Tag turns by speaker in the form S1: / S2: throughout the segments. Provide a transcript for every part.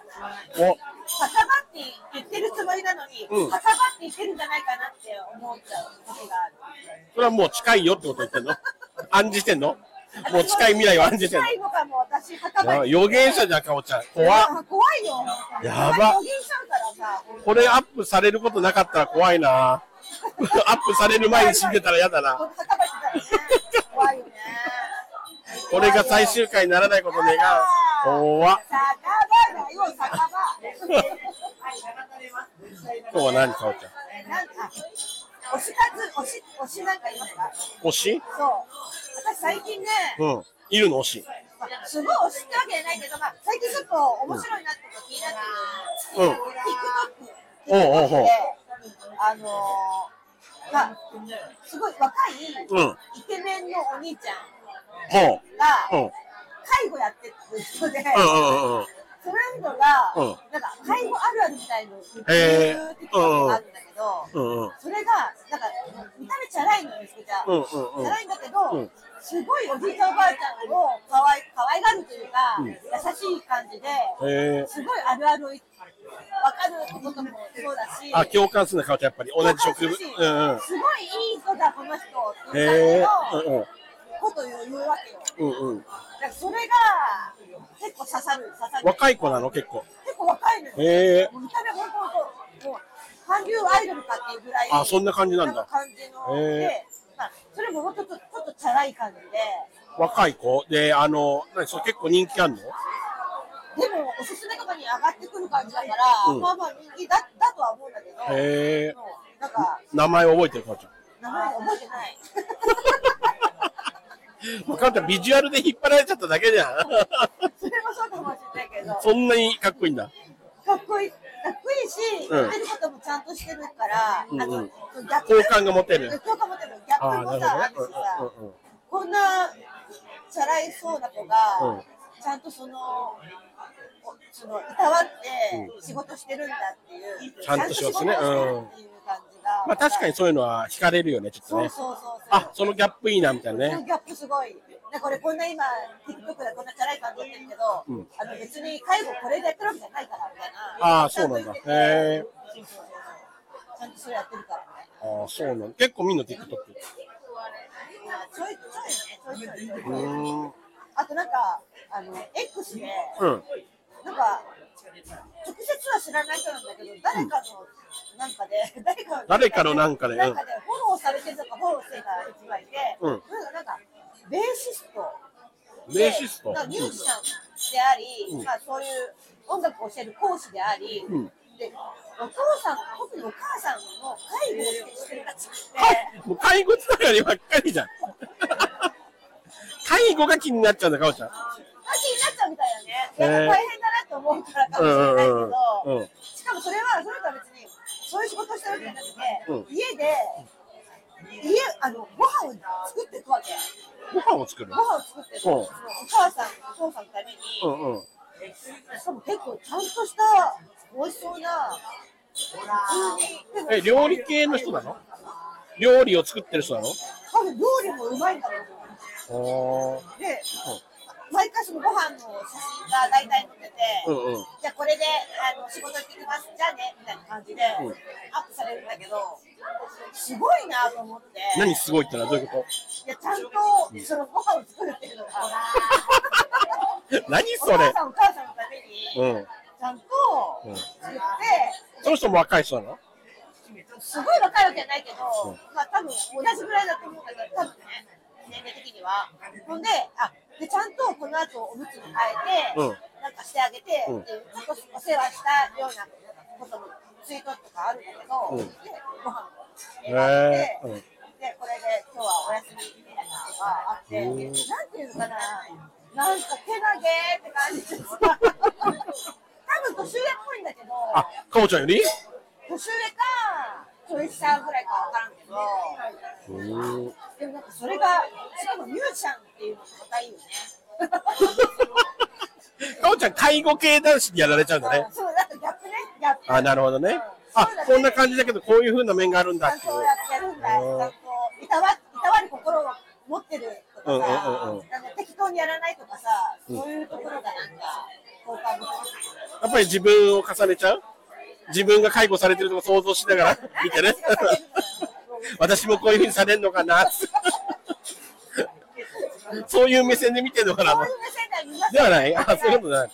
S1: かさばっ
S2: お
S1: て言ってるつもりなのに、
S2: うん
S1: かさばって言ってるんじゃないかなって思っちゃう時がある。
S2: それはもう近いよってこと言ってんの暗示してんのもう近い未来を暗示してんの
S1: 最後かも私、は
S2: やばい予言者じゃん、かおちゃん。怖っ
S1: あ怖いよ。
S2: やば
S1: 予言しちゃうからさ。
S2: これアップされることなかったら怖いな アップされる前に死んでたら嫌だな。
S1: はかばってたらね。怖いよね。
S2: これが最終回にならないこと願う。怖っ
S1: 酒場だよ、酒場。
S2: 今日は何かおちゃん。
S1: なんか、推し活、推し、推しなんかいますか
S2: 推し
S1: そう。私最近ね、
S2: うん。いるの推し。
S1: まあすごい推しってわけじゃないけど、まあ、最近ちょっと面白いなってこと気になって
S2: うん。
S1: る。
S2: おうおうおう
S1: TikTok で、あのー、まあ、すごい若い、
S2: うん。
S1: イケメンのお兄ちゃん
S2: ほう。うん
S1: が、。介護やってる人で、
S2: うんうんうんうん。
S1: その人が、
S2: うん
S1: なんか介護あるあるみたいのを言って
S2: へ
S1: る
S2: ー
S1: ってことがあるんだけど、
S2: うんうん。
S1: それが、なんか、見た目チャラいのよ、めちゃくちゃ。
S2: うんうんうん
S1: チャラいんだけど、
S2: うん
S1: すごいおじいちゃんおばあちゃんをかわい可愛がるというか、
S2: うん
S1: 優しい感じで、
S2: へえ。
S1: すごいあるあるを分かることもそうだし、
S2: あ、共感するのかおちゃん、やっぱり。同じ職
S1: わ
S2: 部
S1: かるし。
S2: うんうん。
S1: すごいいい子だ、この人ってい
S2: へ
S1: う
S2: え。
S1: 感じ
S2: うん
S1: のことを言うわけよ。
S2: うん。うんうん。
S1: だからそれが結構刺さる、刺さる。
S2: 若い子なの、結構。
S1: 結構若いのよ。
S2: へえ。
S1: もう見た目本当ともう韓流アイドルかっていうぐらい
S2: あ、そんな感じなん
S1: なん
S2: だ
S1: か。感じの
S2: へえ
S1: で、まあ、それももうちょっとちょっとチャラい感じで
S2: 若い子で、あの、何それ結構人気あんの
S1: でもおすすめとかに上がってくる感じだから、
S2: うん
S1: まあまあ人気だだとは思うんだけど、
S2: へえ。
S1: もうなんか
S2: 名前覚えてるかおちゃん。
S1: 名前覚えてない
S2: もうかおちゃん、ビジュアルで引っ張られちゃっただけじゃん。
S1: それもそうかもしれないけど
S2: そんなにかっこいいんだ。
S1: かっこいいかっこいいし、
S2: う
S1: 言
S2: ん
S1: ってることもちゃんとしてるから、
S2: うんうん
S1: あのそのギャップ
S2: 好感が持てる。
S1: そうかもでもギャッ
S2: あ
S1: プもさあ
S2: あ、な
S1: る
S2: るほ
S1: しさ、
S2: どね。うんうんうん
S1: こんなチャラいそうな子が、
S2: うん
S1: ちゃんとその、おそのいたわって仕事してるんだっていう、
S2: ちゃんとしますね
S1: ちゃんと仕事してるっていう感じが、
S2: まあ確かにそういうのは惹かれるよね、ちょっと
S1: そう
S2: ね。
S1: そうそうそう。
S2: あ、そのギャップいいな、みたいな
S1: その
S2: ね。
S1: ギャップすごい。でこれこんな今、TikTok でこんなチャラい感じやってるけど、
S2: うん
S1: あの別に介護これでやってるわけじゃないからみたいな。
S2: あーそうなんだ
S1: ちゃと言ってて
S2: へー
S1: そうそうそうちゃんとそれやってるからみたいな。
S2: ああ、そうなの。結構みんな TikTok。
S1: あちょいちょいね、ちょいちょいちょいうちょい。
S2: ーん。
S1: あとなんか、あの、X で、
S2: うん。
S1: なんか、直接は知らない人なんだけど、誰かの、なんかで、 誰かの、
S2: 誰かのなんかでうん
S1: なんかで、フォローされてるとか、フォローしてた人がいて、
S2: うん
S1: なんか、ベーシスト。
S2: ベーシスト
S1: でなんかミュージシャンであり、
S2: うん
S1: まあそういう音楽を教える講師であり、
S2: うん
S1: で、お父さん、特にお母さんの介護をしてるらしくて、
S2: もう介護つながりばっかりじゃん。介護が気になっちゃうんだ、かおちゃん。
S1: マジになっちゃうみたいだね。な
S2: へー
S1: んか大変だなと思うからか
S2: う
S1: もしれ
S2: ん
S1: ないうけ
S2: ん
S1: ど、
S2: うん。うん。
S1: しかもそれは、その人は別に、そういう仕事をしてるわけじゃなくて、
S2: うん
S1: 家で、家、あの、ご飯を作っていくわけ。
S2: ご飯を作る
S1: ご。飯を作っていく。
S2: うん
S1: お母さん、お父さんのために、
S2: うんう
S1: し
S2: ん。
S1: かも結構ちゃんとした、美味しそうな、普通に、
S2: え、料理系の人なの料理を作ってる人な
S1: 多分料理もうまいんだろうと思
S2: のおー
S1: う。で、毎回そのご飯の写真が大体載ってて、
S2: うんうん。
S1: じゃあこれであの仕事行ってきますじゃあねみたいな感じで
S2: うん
S1: アップされるんだけどすごいなと思って
S2: 何すごいってのはどういうこ
S1: いやちゃんとそのご飯を作るっていうのが
S2: と何
S1: お母
S2: それ
S1: さんお母さんのためにち
S2: うん。
S1: ゃんと
S2: うん
S1: 作って
S2: その人も若い人なの
S1: すごい若いわけじゃないけど
S2: うん
S1: まあ多分同じぐらいだと思うんだけど多分ね年齢的にはほんであでちゃんとこの後おむつに変えて、
S2: うん
S1: なんかしてあげて、
S2: うん
S1: でちょっとお世話したようなこともツイートとかあるんだけど、
S2: うん
S1: でご飯を
S2: へ
S1: 選んで、
S2: え。うん。
S1: で、これで今日はお休みみたいなのがあって、
S2: う
S1: なん
S2: ん
S1: ていうのかな、なんか手投げって感じ です。多分年上っぽいんだけど、
S2: あ、かおちゃんより
S1: 年上か、ちょい下ぐらいかわからんけど、
S2: うーん。
S1: でもなんかそれが、しかもミュージシャンっていうのがまたいいよね。
S2: かおちゃん、介護系男子にやられちゃうんだね。
S1: そう、だってギャップね、ギャップ。
S2: あ、なるほどね。あ、こんな感じだけど、こういう風な面があるん
S1: ち
S2: だ
S1: ゃん
S2: っていう
S1: と。やってるんだ、ちゃんといたわいたわる心を持ってるとかさ、
S2: うんうんうんうん
S1: なんか適当にやらないとかさ、そういうところがなんか、交換できます。
S2: やっぱり自分を重ねちゃう自分が介護されてるのを想像しながら 見てね。私もこういうふうにされるのかなって そういう目線で見てるのかな
S1: そういう目線では見ません
S2: ではない。あ、そういうことじゃない。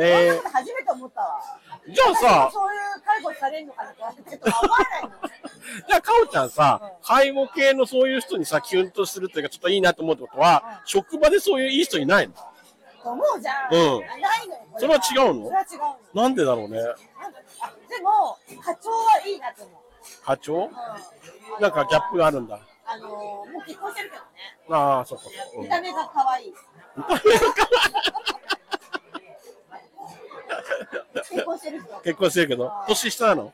S2: え
S1: こんなの初めて思ったわ。
S2: ー、じゃあさ、
S1: そういう介護されるのかなってちょっと思わないの。
S2: じゃあ、かおちゃんさ、介護系のそういう人にさ、キュンとするというか、ちょっといいなと思うってことは、職場でそういういい人いないの
S1: と思うじゃん。
S2: うん
S1: ないのよ。こ
S2: それは違うの
S1: それは違うの。
S2: なんでだろう
S1: なん
S2: ね。
S1: だろうあでも、課長はいいなと思う。
S2: 波長
S1: うん
S2: なんかギャップがあるんだ。
S1: あのー、もう結婚してるけどね。
S2: ああ、そっかそっか。うん
S1: 見た目が可愛い。結婚してる人。
S2: 結婚してるけど、年下なの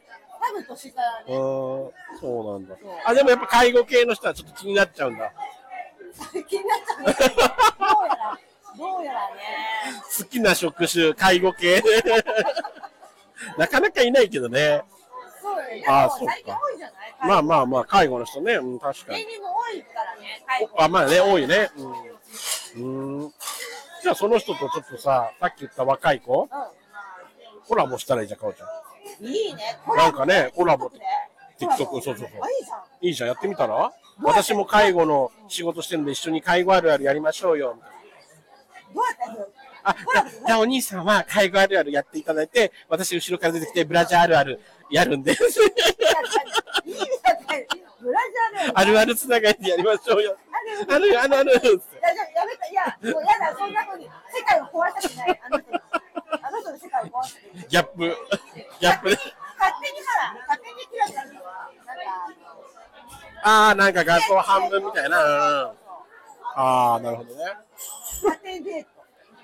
S1: 多分年下だ
S2: う
S1: ね。
S2: ーん、そうなんだ。あ、でもやっぱ介護系の人はちょっと気になっちゃうんだ。
S1: 気になっちゃうね。どうやら、どうやらね。
S2: 好きな職種、介護 系。なかなかいないけどね。
S1: そうよね。で
S2: あー
S1: も
S2: そうか
S1: 最近多いじゃない
S2: まあまあまあ、介護の人ね。うん、確かに
S1: 芸。人も多いからね、介護。
S2: あ、まあね、多いね。うん。うーんじゃあその人とちょっとさ、さっき言った若い子、コラボしたらいいじゃん、かおちゃん。
S1: うん。いいね。コ
S2: な
S1: ラ
S2: ん
S1: ボ
S2: かね、コラボ
S1: TikTok で。
S2: TikTok そうそうそう
S1: あ、いいじゃん。
S2: いいじゃん、やってみたら私も介護の仕事してるんで、一緒に介護あるあるやりましょうよ、みたいな。
S1: どうやってやる
S2: あ、じゃあじゃあお兄さんは介護あるあるやっていただいて、私後ろから出てきて、ブラジャーあるあるやるん で、
S1: いいじゃない。ブラジャーで。
S2: あるあるつながりでやりましょうよ。あるあるあ
S1: 大
S2: る。
S1: 丈夫、やめた。いや、もうやだ、そんなふうに。世界を壊したくない。あの人の。あの人の世界を壊したくない。
S2: ギャップ。ギャップね。
S1: 勝手にほら、勝手にキラキラするのは、なんか。
S2: ああ、なんか学校半分みたいな。うんうんああ、なるほどね。
S1: 勝手にデート。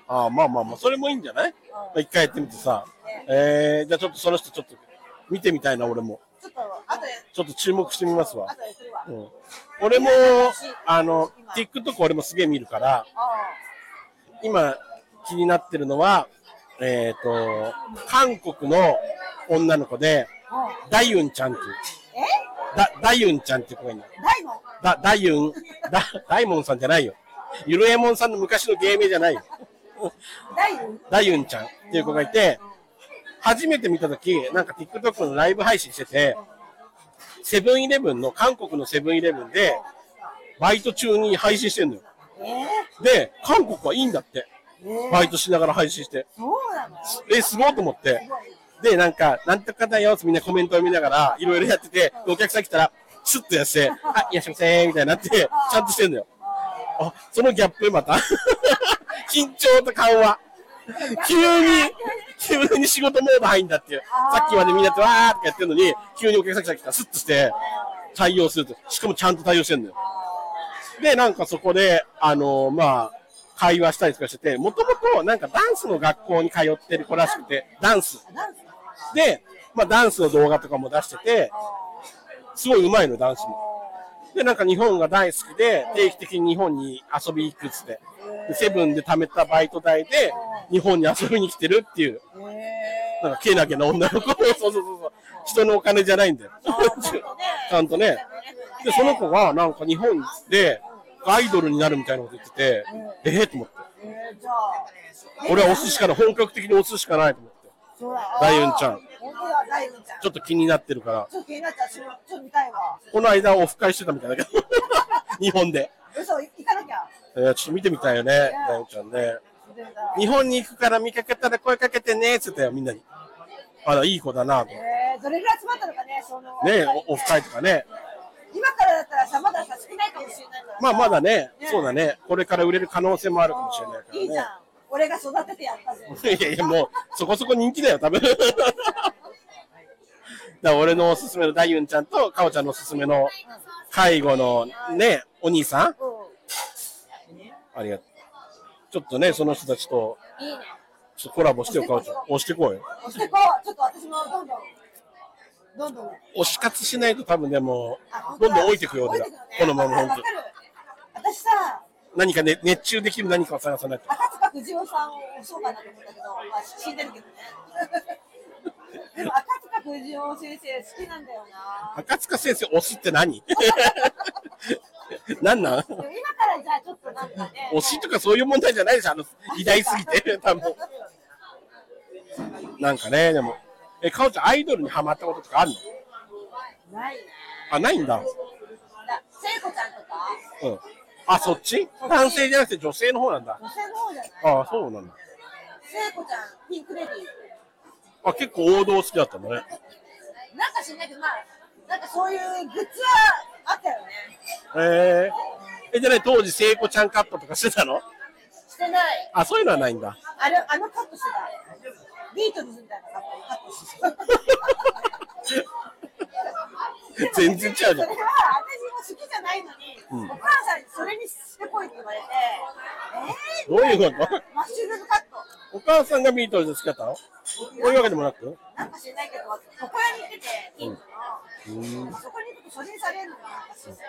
S2: ああ、まあまあまあ、それもいいんじゃないまあ一回やってみてさ。えー、じゃあちょっとその人ちょっと見てみたいな、俺も。
S1: ちょっと、後で。
S2: ちょっと注目してみますわ
S1: 後。でするわ。
S2: うん、俺も、あの、TikTok 俺もすげえ見るから、
S1: あ
S2: 今気になってるのは、えっ、と、韓国の女の子で、
S1: あ。うん
S2: ダユンちゃんっていう、
S1: え
S2: だダユンちゃんっていう子がいるの。
S1: 大門
S2: だ、ダユン、だ、ダイモンさんじゃないよ。ゆるえもんさんの昔の芸名じゃないよ。
S1: 大門
S2: ダユンちゃんっていう子がいて、初めて見たとき、なんか TikTok のライブ配信してて、セブンイレブンの、韓国のセブンイレブンで、バイト中に配信してんのよ。
S1: えー、
S2: で、韓国はいいんだって。
S1: えー、
S2: バイトしながら配信して。
S1: そうなの
S2: え、すごいと思って。で、なんか、なんとかだよってみんなコメントを見ながら、いろいろやってて、お客さん来たら、スッとやって、あ、いらっしゃいませー、みたいになって、ちゃんとしてんのよ。あ、そのギャップまた。緊張と緩和。急に、急に仕事モード入んだっていう。さっきまでみんなでわーってやってるのに、急にお客さん来たらスッとして、対応すると。しかもちゃんと対応してんのよ。で、なんかそこで、あのーまあ、会話したりとかしてて、もともとなんかダンスの学校に通ってる子らしくて、ダンス。
S1: なんすか
S2: で、まあダンスの動画とかも出してて、すごい上手いの、ダンスも。で、なんか日本が大好きで、定期的に日本に遊び行くっつって。でセブンで貯めたバイト代で、日本に遊びに来てるっていう、
S1: え
S2: なんかけなげな女の子。 そうそうそうそう。人のお金じゃないんだよ。
S1: ー、ち
S2: ちゃんとね。で、その子
S1: が、
S2: がなんか日本でアイドルになるみたいなこと言ってて、ええと思って。
S1: えー、じゃあ
S2: 俺は押すしかない。本格的に押すしかないと思って。
S1: そうだ
S2: 大雲ちゃん
S1: 本当だ大雲ちゃん
S2: ちょっと気になってるから。
S1: ちょっと気になっちゃうしちょっと見たいわ
S2: この間オフ会してたみたいだけど。 日本で。
S1: 嘘行かなきゃ
S2: えーちょっと見てみたいよね、ダイちゃんね。日本に行くから見かけたら声かけてね、っつったよ、みんなに。あら、いい子だなと。ね
S1: えー、どれぐらい集まったのかねその
S2: え、おオフ会とかね。
S1: 今からだったらさまださ少ないかもしれないから
S2: まあ、まだね、
S1: ね
S2: そうだね。これから売れる可能性もあるかもしれ
S1: うんいいじ
S2: ない
S1: ゃ
S2: か
S1: ん俺が育ててやったぜ
S2: らね。いやいや、もう、そこそこ人気だよ、多分。だ から俺のおすすめのダイユンちゃんと、かおちゃんのおすすめの、介護のね、お兄さん
S1: う
S2: ありがとう。ちょっとね、その人たちと、
S1: んいいね
S2: ちょっとコラボしてよ、かおちゃん。押してこうよ。
S1: 押してこうちょっと私もどんどんどんどん
S2: 推し活しないと多分でも
S1: あ本当
S2: どん
S1: だ
S2: どん置いてくよ俺が
S1: 置いてくね
S2: このまま
S1: わか
S2: 本
S1: る
S2: 当
S1: 私さ
S2: 何かね熱中できる何かを探さないと
S1: 赤塚不二夫さんを押そうかなと思ったけど、まあ、死んでるけどねでも赤塚不二夫先生好きなんだよな
S2: 赤塚先生推しって何 何なん
S1: でも今からじゃあちょっとなんかね
S2: 推しとかそういう問題じゃないでしょあの偉大すぎて多分なんかね、でも。え、かおちゃん、アイドルにハマったこととかあるの
S1: ないね。
S2: あ、ないんだ。
S1: だ、聖子ちゃんとか、
S2: うん。あ、そっち男性じゃなくて女性の方なんだ。
S1: 女性の方じゃない
S2: ああ、そうなんだ。
S1: 聖子ちゃん、ピンクレディー。
S2: あ、結構王道好きだったんだね。
S1: なんか知んないけど、まあ、なんかそういうグッズはあったよね。
S2: へええ、じゃない、当時、聖子ちゃんカットとかしてたの
S1: してない。
S2: あ、そういうのはないんだ。
S1: あれ、あのカットしてた。ビートルズみたいなカットしてた。
S2: 全然違うじゃん
S1: それは私も好きじゃないのに、お母さんにそれにしてこいって言われて、えー、
S2: どういうこと
S1: マッシュルームカット。
S2: お母さんがビートルズ好きだったのそういうわけでもなく
S1: なんか知らないけど、床屋に行ってて、近所の、そこに行くと処理されるのがなんか知らない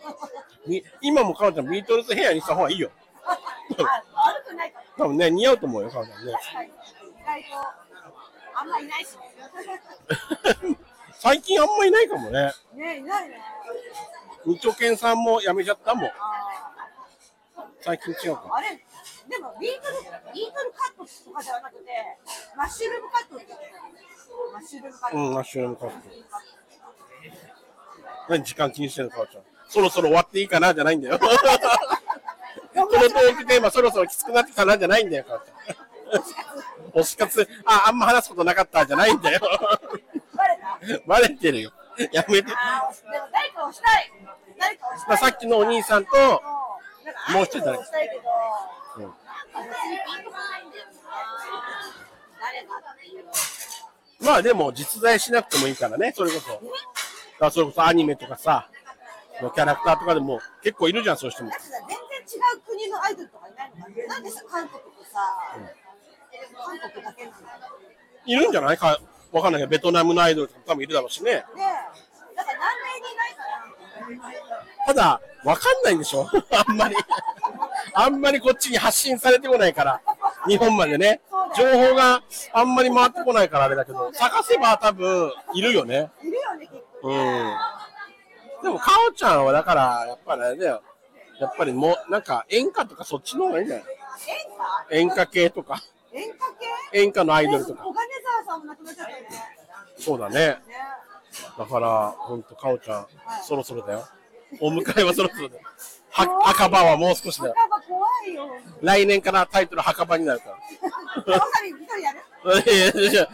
S1: けどさ。
S2: に今もかおちゃんビートルズヘアにした方がいいよ。
S1: あ、悪くないかも。
S2: 多分ね、似合うと思うよ、かおちゃんね。
S1: 確かに。意外と、あんまいないしね。
S2: 最近あんまいないかもね。
S1: ねいないね。
S2: 二丁拳さんも辞めちゃったもん。
S1: あ
S2: 最近違うか。
S1: ーあれ、でもビートル、ビートルカットとかじゃなくて、マッシュルームカットって言ってたよねマッシュルームカッ
S2: う
S1: ト。
S2: ん、マッシュルームカット。何時間気にしてんの、かおちゃん。そろそろ終わっていいかな、じゃないんだよ。このトークテーマ、そろそろきつくなってきたな、じゃないんだよ、かおちゃん。推し活、あ、あんま話すことなかった、じゃないんだよ。
S1: バレた
S2: バレてるよ。やめて。
S1: あーでも誰かをしたい。誰かをした
S2: まあ、
S1: い。
S2: さっきのお兄
S1: さ
S2: さんと、
S1: ん
S2: も
S1: も
S2: う
S1: う一
S2: 一人
S1: 人
S2: 誰
S1: 誰したいけど、
S2: うん
S1: なんか別にピンとこないんだよな。誰かっていうのは。
S2: まあでも実在しなくてもいいからね、それこそ。だからそれこそアニメとかさ、のキャラクターとかでも結構いるじゃん、そういう人も
S1: だ。ってさ、全然違う国のアイドルとかいないのかな。なんでさ、韓国とさ、韓国だけなの
S2: いるんじゃないか、わかんないけど、ベトナムのアイドルとかも多分いるだろうしね。
S1: ねえ。だから南米にいないかな。
S2: ただ、わかんないんでしょ あんまり。あんまりこっちに発信されてこないから、日本までね。情報があんまり回ってこないからあれだけど、探せば多分いるよね。
S1: いるよね、結構。
S2: うん。でも、かおちゃんはだから、やっぱりあれだよ。やっぱりもう、なんか演歌とかそっちの方がいいんじゃない
S1: 演歌
S2: 演歌系とか、
S1: 演歌系
S2: 演歌のアイドルと
S1: 小
S2: か。
S1: 金沢さんも亡くなっちゃったよね。ね
S2: そうだね。
S1: え
S2: だから、ほんと、かおちゃん、そろそろだよ。お迎えはそろそろだよ。は墓場はもう少しだよ。
S1: 墓場怖いよ。
S2: 来年からタイトル墓場になるか
S1: わさび一人やる
S2: ら。いやいやいや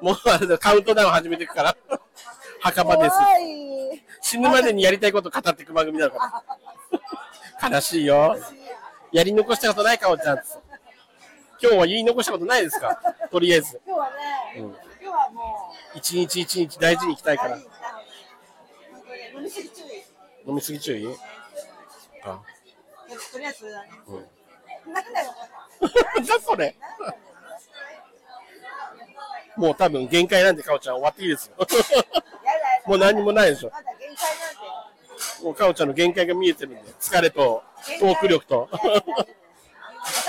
S2: もうあれだよカウントダウン始めていくから。墓場です。
S1: 怖い。
S2: 死ぬまでにやりたいこと語っていく番組になるから。悲しいよ。やり残したことないかおちゃん。今日は言い残したことないですかとりあえず。
S1: 今日はね、
S2: うん
S1: 今日はもう、
S2: 一日一日大事にいきたいから
S1: 大事。にしたので本当に飲みすぎ注意。
S2: 飲みすぎ注意あ、
S1: とりあえずそれだね。
S2: うん。
S1: なくなるよ。
S2: じゃそれ。もう多分限界なんで、かおちゃん終わっていいですよ。
S1: やだやだ。
S2: もう何もないでしょ。
S1: まだ限界なんで。
S2: もうかおちゃんの限界が見えてるんで、疲れと
S1: 限
S2: ト
S1: 界
S2: ーク力と
S1: い。やいや大丈夫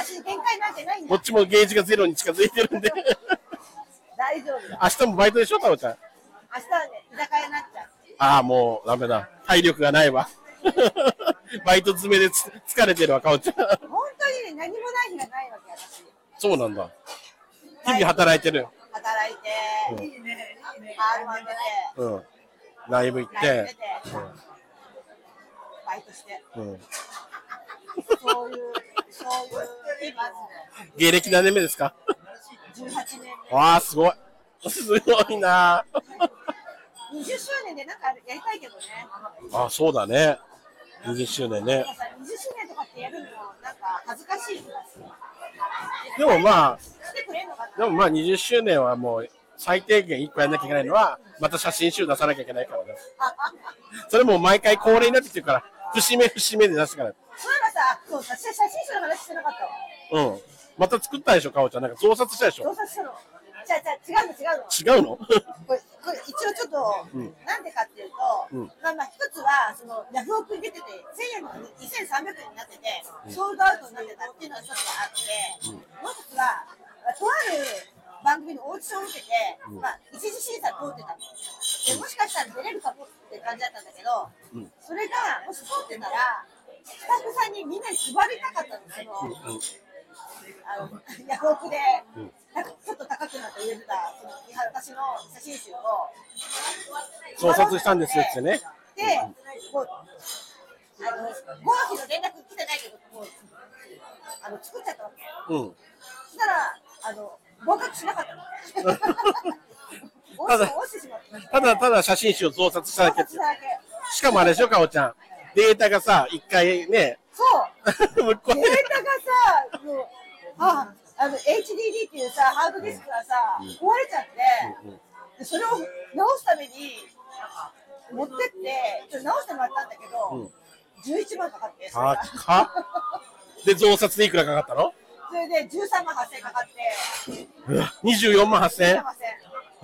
S1: 私限界なんてないん
S2: こ
S1: だ
S2: っ。ちもゲージがゼロに近づいてるんで。
S1: 大丈夫だ。
S2: 明日もバイトでしょ、かおちゃん。
S1: 明日はね、居酒屋になっちゃう。
S2: ああ、もうダメだ。体力がないわ。 バイト詰めでつ疲れてるわ、かおちゃん。
S1: 本当にね、何もない日がないわけ、私。
S2: そうなんだ。日々働いてる。
S1: 働いて、
S2: うん
S1: いいね、R1 出て、
S2: うん。ライブ行っ
S1: ライブ出
S2: て
S1: て。、バイトして。
S2: うん。うん
S1: そういう、そういう、マ
S2: 芸歴何年目ですか
S1: ジで18年
S2: わあ、すごい。 すごいな
S1: 目。20周年でなんかやりたいけどね。
S2: あ、そうだね。20周年ね
S1: でも。さ20周年とかってやるのなんか恥ずかしい気がする。
S2: でもまあ、
S1: 来てくれんのかな
S2: でもまあ20周年はもう最低限1個やんなきゃいけないのは、また写真集出さなきゃいけないからね。それもう毎回恒例になってきてるから、節目節目で出すから。
S1: そういえばさ、そうさ、写写真集の話してなかったわ。
S2: うん。また作ったでしょ、かおちゃん。なんか増刷したでし
S1: 増
S2: ょ。
S1: 刷したの。じゃあ、じゃあ、違うの、違うの。
S2: 違うの
S1: これ、これ一応ちょっと、
S2: うん
S1: なんでかっていうと、
S2: うん
S1: まあまあ、一つは、その、ヤフオクに出てて、1000円のに2300円になってて、ソールドアウトになってたっていうのが一つはあって、もう一つは、とある番組のオーディションを受けて、まあ、一次審査通ってたの。で、もしかしたら出れるかもって感じだったんだけど、
S2: うん
S1: それが、もし通ってたら、スタッフさんにみんなに配りたかったの、その、あ の、ヤフオクで
S2: うん、
S1: なんかちょっと高くなって売れてた、その、私の写真集を、
S2: 創殺したんですってね。
S1: で、もう、あの、合否の連絡来てないけど、もう、あの、作っちゃったわけ。
S2: うん。
S1: そしたら、あの、合格しなかったの。
S2: ただ
S1: 落ちて落ちてしまった。
S2: ただただ写真集を増刷しただけ
S1: 落
S2: で
S1: ちて
S2: すよ
S1: た。だけ。
S2: しかもあれでしょ、かおちゃん。データがさ、一回ね、
S1: そう。
S2: ぶっ
S1: デ
S2: 壊
S1: ー
S2: れ
S1: タがさ、もうああの HDD っていうさ、ハードディスクがさ、壊れちゃって、
S2: うんうん
S1: でそれを直すために持ってって、ちょっと直してもらったんだけ
S2: うん
S1: ど、11万かかって、それ
S2: あ
S1: が
S2: かで、増刷でいくらかかったの
S1: それで13万8000かかって、
S2: うわ ?24 万
S1: 13
S2: 8000
S1: 万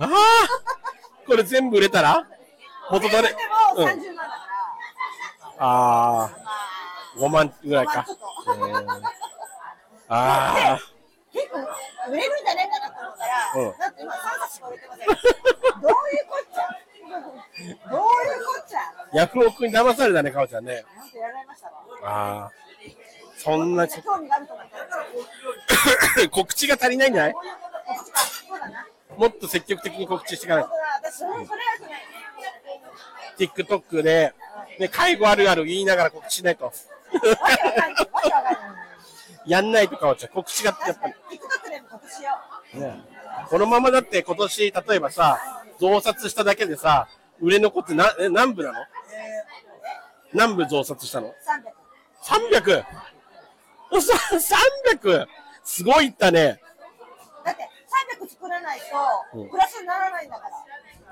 S2: ああこれ全部売れたら元
S1: 8000。
S2: 取
S1: で
S2: れ。
S1: も30
S2: うん。
S1: 万だ
S2: ああ、
S1: から、まあ、
S2: 5万ぐらいか
S1: ちょっ。
S2: え
S1: と
S2: ーああ、
S1: 結構売れるんじゃないかなと思ったら、
S2: うん
S1: だって今3冊しか売れてません。どういうこっちゃどういうこっちゃ
S2: ヤフオクに騙されたね、かおちゃんね。
S1: なんてやられましたわ。
S2: ああ、そん
S1: み
S2: な
S1: な
S2: ん
S1: 興味があると思ったら。
S2: 告知が足りないんじゃない
S1: そうだな。
S2: もっと積極的に告知していかない
S1: 本当だ私それそれは良くないね。
S2: と。TikTok で、ね、介護あるある言いながら告知しないと。
S1: わけわかんない。わけわかんない。
S2: やんないとかおちゃん、告知がやっ
S1: 確
S2: ぱ
S1: かに TikTok でも告知しよう。
S2: り、ね、このままだって今年、例えばさ、増刷しただけでさ、売れ残ってなえ何部なの何部増刷したの
S1: 三百。
S2: ?300! 嘘 300! すごいったね。
S1: だって三百作らないと
S2: うん
S1: プラスにならないんだか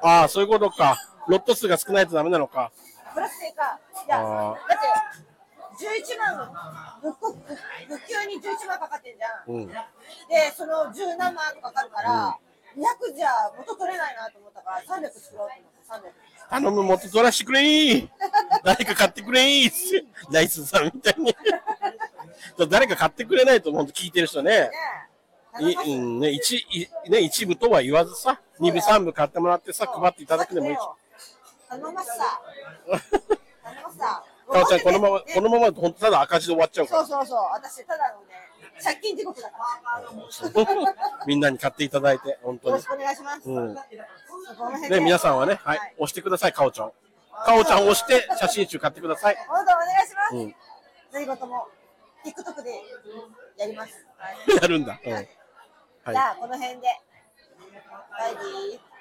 S1: ら。
S2: ああ、そういうことか。ロット数が少ないとダメなのか。
S1: プラス成果。いや
S2: あ
S1: だ
S2: ー
S1: って。11万ぶっこぶっ給に11万かかってんじゃん、
S2: うん
S1: でその17万かかるから、200じゃ元取れないなと思ったから300作ろうと思って300
S2: 頼む、元取らしてくれー誰か買ってくれーってナイスさんみたいに。誰か買ってくれないと思う聞いてる人ね。い
S1: ね
S2: う、んね一いね、一部とは言わずさ、二部三部買ってもらってさ、配っていただくでもいいし。
S1: 頼ますさ。頼ますさ。
S2: かおちゃん、このまま、
S1: ね
S2: このままだと本当ただ赤字で終わっちゃうか
S1: そ
S2: ら
S1: う。そうそう。私、ただのね、借金地獄だから。
S2: みんなに買っていただいて、本
S1: よ
S2: 当
S1: ろ
S2: に
S1: し。くお願いします。
S2: うん
S1: この辺で
S2: ね、皆さんはね、はい、押してください、かおちゃんを。かおちゃんを押して、写真集買ってください。
S1: 本当お願いします。
S2: うん
S1: 何事も TikTok でやります。はい
S2: やるんだ。うん。はい
S1: じ。ゃあ、この辺で。バイビー。